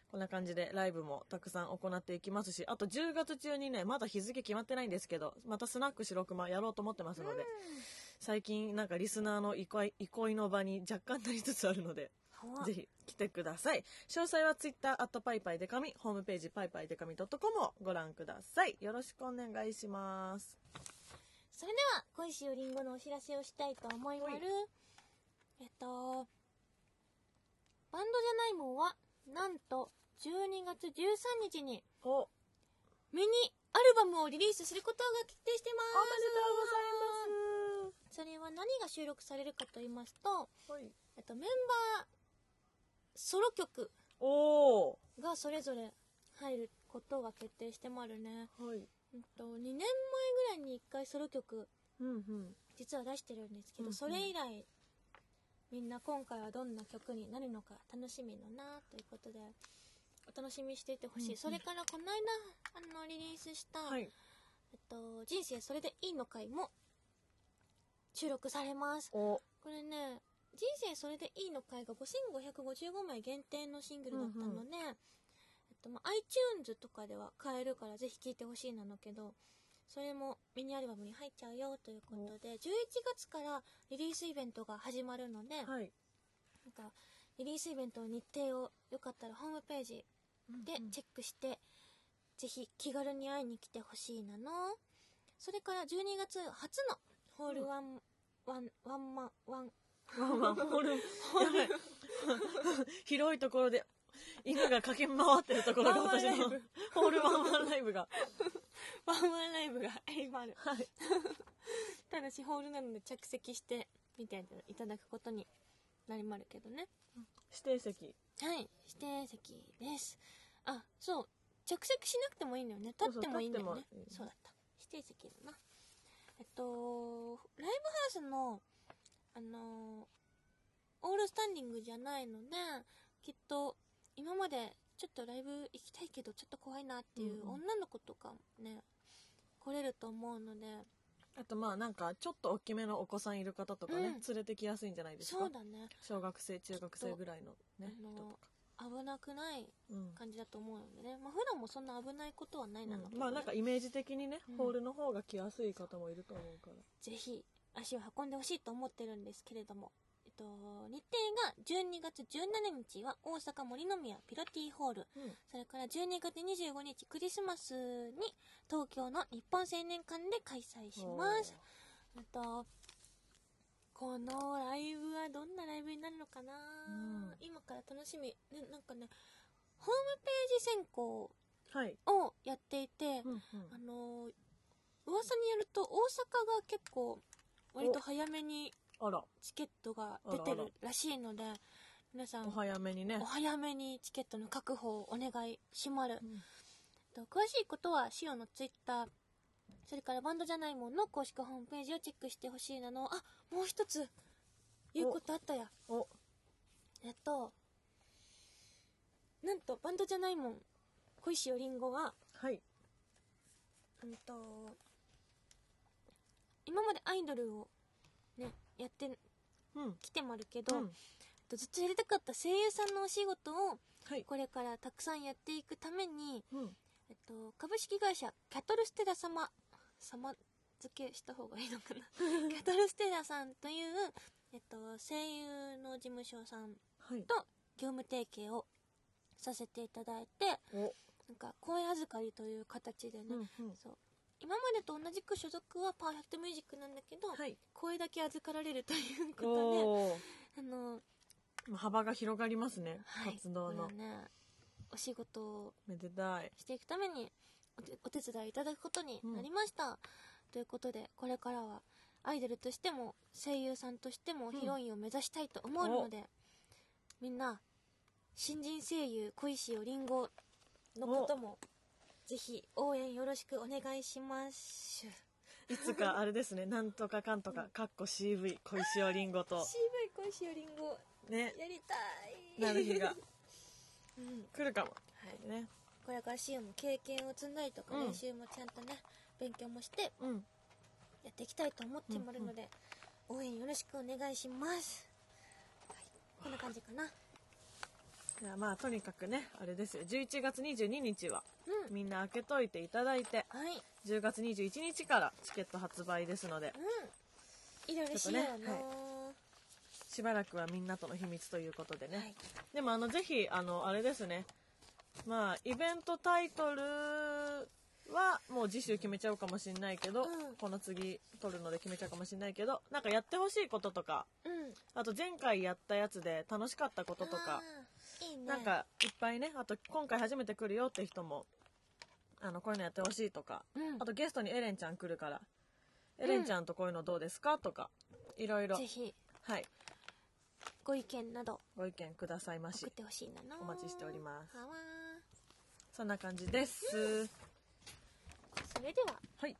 Speaker 2: こんな感じでライブもたくさん行っていきますしあと10月中にねまだ日付決まってないんですけどまたスナック白熊やろうと思ってますので、最近なんかリスナーの憩い憩いの場に若干なりつつあるので
Speaker 1: はわ
Speaker 2: ぜひ来てください詳細はツイッターアットパイパイデカミホームページパイパイデカミ .com をご覧くださいよろしくお願いします
Speaker 1: それでは恋しおりんごのお知らせをしたいと思いま
Speaker 2: は
Speaker 1: る
Speaker 2: い
Speaker 1: えっとバンドじゃないもんはなんと12月13日に
Speaker 2: お
Speaker 1: ミニアルバムをリリースすることが決定してま
Speaker 2: おめでとうございます
Speaker 1: すそれは何が収録されるかと言いますと、
Speaker 2: はい
Speaker 1: えっと、メンバーソロ曲
Speaker 2: おお
Speaker 1: がそれぞれ入ることが決定してまるね、
Speaker 2: はい
Speaker 1: うんと、2年前ぐらいに1回ソロ曲
Speaker 2: うんうん
Speaker 1: 実は出してるんですけど、
Speaker 2: うんうん
Speaker 1: それ以来みんな今回はどんな曲になるのか楽しみだなということでお楽しみにしていてほしい、
Speaker 2: うんうん
Speaker 1: それからこの間あのリリースした、
Speaker 2: はい
Speaker 1: えっと「人生それでいいのかい」も収録されます
Speaker 2: お
Speaker 1: これね「人生それでいいのかい」が5555枚限定のシングルだったので、えっとまあ、iTunes とかでは買えるからぜひ聴いてほしいなのけどそれもミニアルバムに入っちゃうよということで11月からリリースイベントが始まるので、
Speaker 2: はい
Speaker 1: なんかリリースイベントの日程をよかったらホームページでチェックして、ぜひ気軽に会いに来てほしいなのそれから12月初のホールワン、ワンワンマンワン
Speaker 2: ワンワンホールやばい 広いところで犬が駆け回ってるところが
Speaker 1: ワンワン
Speaker 2: 私
Speaker 1: ライブ
Speaker 2: のホールワンワンライブが
Speaker 1: ワンワンライブが今ある
Speaker 2: はい
Speaker 1: ただしホールなので着席して見ていただくことになりまるけどね
Speaker 2: 指定席
Speaker 1: はい指定席ですあそう着席しなくてもいいんだよね立ってもいいんだよね
Speaker 2: そうそう立ってもいい
Speaker 1: そうだった指定席だなえっとライブハウスのあのオールスタンディングじゃないのできっと今までちょっとライブ行きたいけどちょっと怖いなっていう
Speaker 2: うんうん
Speaker 1: 女の子とかもね、来れると思うので
Speaker 2: あとまあなんかちょっと大きめのお子さんいる方とかね、
Speaker 1: うん
Speaker 2: 連れてきやすいんじゃないですか
Speaker 1: そうだね
Speaker 2: 小学生中学生ぐらいのね
Speaker 1: あの
Speaker 2: 人とか、
Speaker 1: 危なくない
Speaker 2: うん
Speaker 1: 感じだと思うのでね、まあ、普段もそんな危ないことはないなので、
Speaker 2: うんまあなんかイメージ的にね、
Speaker 1: うん
Speaker 2: ホールの方が来やすい方もいると思うから
Speaker 1: ぜひ足を運んでほしいと思ってるんですけれども、えっと、日程が12月17日は大阪森の宮ピロティホール
Speaker 2: うん
Speaker 1: それから12月25日クリスマスに東京の日本青年館で開催しますあとこのライブはどんなライブになるのかな、
Speaker 2: うん
Speaker 1: 今から楽しみ、ね、なんかねホームページ選考
Speaker 2: おーはい、
Speaker 1: をやっていて、
Speaker 2: うんうん
Speaker 1: あのー噂によると大阪が結構割と早めに
Speaker 2: あら
Speaker 1: チケットが出て
Speaker 2: あらあ
Speaker 1: るらしいので皆さん
Speaker 2: お早めにね
Speaker 1: お早めにチケットの確保をお願いしまる、と詳しいことはシオのツイッターそれからバンドじゃないもんの公式ホームページをチェックしてほしいなのあもう一つ言うことあったや
Speaker 2: お
Speaker 1: えっとなんとバンドじゃないもん小石よりんごは
Speaker 2: はい
Speaker 1: うんと今までアイドルをねやって
Speaker 2: うん
Speaker 1: きてまるけど、
Speaker 2: うん
Speaker 1: ずっとやりたかった声優さんのお仕事を
Speaker 2: はい、
Speaker 1: これからたくさんやっていくために、
Speaker 2: うん
Speaker 1: えっと、株式会社キャトルステラ様様付けした方がいいのかな キャトルステラさんという、えっと、声優の事務所さん
Speaker 2: はい
Speaker 1: と業務提携をさせていただいて
Speaker 2: お
Speaker 1: なんか声預かりという形でね、
Speaker 2: うんうん
Speaker 1: そう今までと同じく所属はパーフェクトミュージックなんだけど、
Speaker 2: はい
Speaker 1: 声だけ預かられるということ
Speaker 2: おー
Speaker 1: であの、
Speaker 2: まあ幅が広がりますね、
Speaker 1: はい、
Speaker 2: 活動の
Speaker 1: これはねお仕事を
Speaker 2: めでたい
Speaker 1: していくためにお手お手伝いいただくことになりました、ということでこれからはアイドルとしても声優さんとしても
Speaker 2: ん
Speaker 1: ヒロインを目指したいと思うので、みんな新人声優小石よりんごのこともぜひ応援よろしくお願いします。
Speaker 2: いつかあれですねなんとかかんとかかっこ CV 小石尾りんごと
Speaker 1: 渋い恋しよりんご
Speaker 2: ね
Speaker 1: やりたい
Speaker 2: なる日が
Speaker 1: うん
Speaker 2: 来るかも
Speaker 1: はい、
Speaker 2: ね
Speaker 1: これからシオも経験を積んだりとか
Speaker 2: うん
Speaker 1: 練習もちゃんとね、勉強もして
Speaker 2: うん
Speaker 1: やっていきたいと思ってもらうので、応援よろしくお願いします、はい、こんな感じかな
Speaker 2: じゃあまあとにかくねあれですよ11月22日は
Speaker 1: うん
Speaker 2: みんな開けといていただいて
Speaker 1: はい
Speaker 2: 10月21日からチケット発売ですので
Speaker 1: うんいろいろしよう
Speaker 2: ち
Speaker 1: な
Speaker 2: ょっしばらくはみんなとの秘密ということでね、
Speaker 1: はい
Speaker 2: でもあのぜひあのあれですねまあイベントタイトルはもう次週決めちゃうかもしれないけど、
Speaker 1: うん
Speaker 2: この次取るので決めちゃうかもしれないけどなんかやってほしいこととか
Speaker 1: うん
Speaker 2: あと前回やったやつで楽しかったことと
Speaker 1: あ
Speaker 2: か、
Speaker 1: ーいいね
Speaker 2: なんかいっぱいねあと今回初めて来るよって人もあのこういうのやってほしいとか
Speaker 1: うん
Speaker 2: あとゲストにエレンちゃん来るから、エレンちゃんとこういうのどうですかとかいろいろ
Speaker 1: ぜひ
Speaker 2: はい
Speaker 1: ご意見など
Speaker 2: ご意見くださいま
Speaker 1: 送っ
Speaker 2: して
Speaker 1: ほしいなの
Speaker 2: お待ちしております
Speaker 1: はわ
Speaker 2: そんな感じです
Speaker 1: ーそれでは
Speaker 2: はい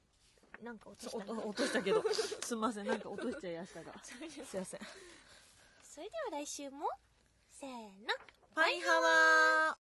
Speaker 1: なんか落と
Speaker 2: そ
Speaker 1: した
Speaker 2: う
Speaker 1: な
Speaker 2: おお落としたけどすみませんなんか落としちゃい ましたがすいません
Speaker 1: それでは来週もせーの
Speaker 2: パイハワー